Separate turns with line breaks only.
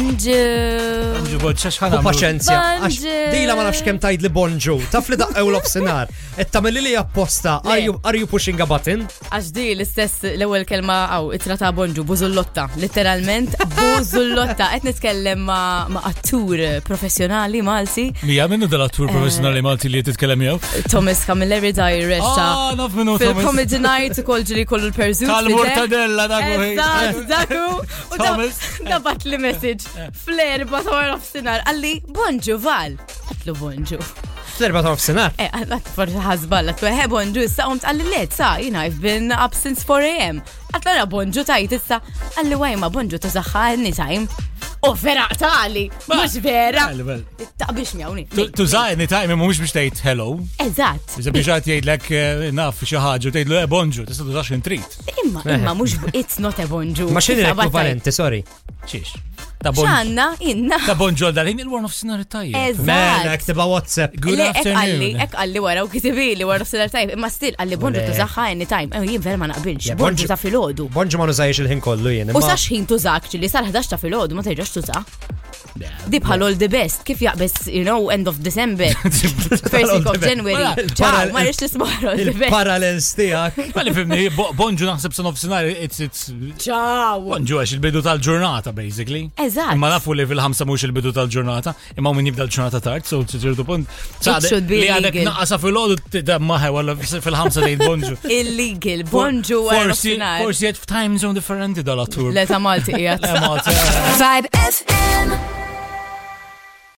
Bonġu.
Ġu bħodċa xħan
U paċenzja, għax
Bonġu.
dila ma nafx kem tajd li bonġu, taf li daqqew l-obsinar, et tamilli li apposta, are you, are you pushing a button?
Għax di l-istess l-ewel kelma għaw, itra ta' bonġu, buzullotta, letteralment buzullotta. Qed nitkellem ma' ma' attur professjonali Malti,
Mija minnu
Eh.
dal-attur professjonali Malti li titkellem jew?
Thomas Camilleri Diretta.
Ah, naf minnu Thomas.
Fil-comedy night ukoll ġili kollu l-perżut.
Tal-mortadella dak u
eh?
ħin.
Eżatt, daku. U da-
Thomas.
da bat li message fl-erba ta' għaraf sinar. Għalli, bonġu, Val. Għatlu bonġu.
Fl-erba ta' obsinar.
Eh, għallat forza ħazballa, tu eħe bonġu, issa għomt għalli let, sa, jina, I've been up since 4 a.m. Għatlara bonġu tajt, issa, għalli għajma bonġu tu zaħħalni tajm. U Oh, vera, tali, mux
Eh,
vera. Taqbix mjawni.
Tużajni ta' imma mux biex tajt hello.
Eżatt.
Iżda biex għat jgħidlek eh, naf xaħġu, tgħidlu eh bonġu, tista' tużax intrit.
Imma, imma, mux, it's not a bonġu.
Ma xini
Issa, bat
l-ekvivalenti, sorry.
Xiex. Ta'
tajt.
bonġu.
Xanna, inna.
Ta' bonġu għal dal-ħin il-warn of sinar tajjeb.
Mela,
Eżatt.
ktiba WhatsApp.
Good
Le, ek għalli,
afternoon.
ek għalli wara u kitibili wara f-sinar tajm, imma stil għalli bonġu
Le.
tużaxħa anytime. Eh, jien vera ma naqbilx,
Ja, bonġu.
bonġu ta' filgħodu.
Bonġu ma nużajx il-ħin kollu jien.
U
imma-
sax ħin tużak ċili sal-11 ta' filgħodu ma terġax tuża. Di bħal all the best, kif jaqbess, you know, end of December, first week of January.
Mela,
Ċaw,
il-
ma rix tismaħ all the best.
Il-parallels tijak.
Għalli fimni, bo- bonġu naħseb son of sinar, it's, it's,
Ċaw.
bonġu għax il-bidu tal-ġurnata, basically.
Eżatt.
Ma nafu li fil-ħamsa mux il-bidu tal-ġurnata, imma min jibda l-ġurnata tard, so t-ċertu punt. Sa'
It should be
li għadek
illegal.
naqasa fil-ħodu t-da maħe, għalla fil-ħamsa dejt bonġu.
Illegal, bonġu għara
Forsi,
f-sinar.
forsi għed f-time zone differenti dal-attur.
Le ta' Malti jgħat.
Le, ma' t-
Vibe FM.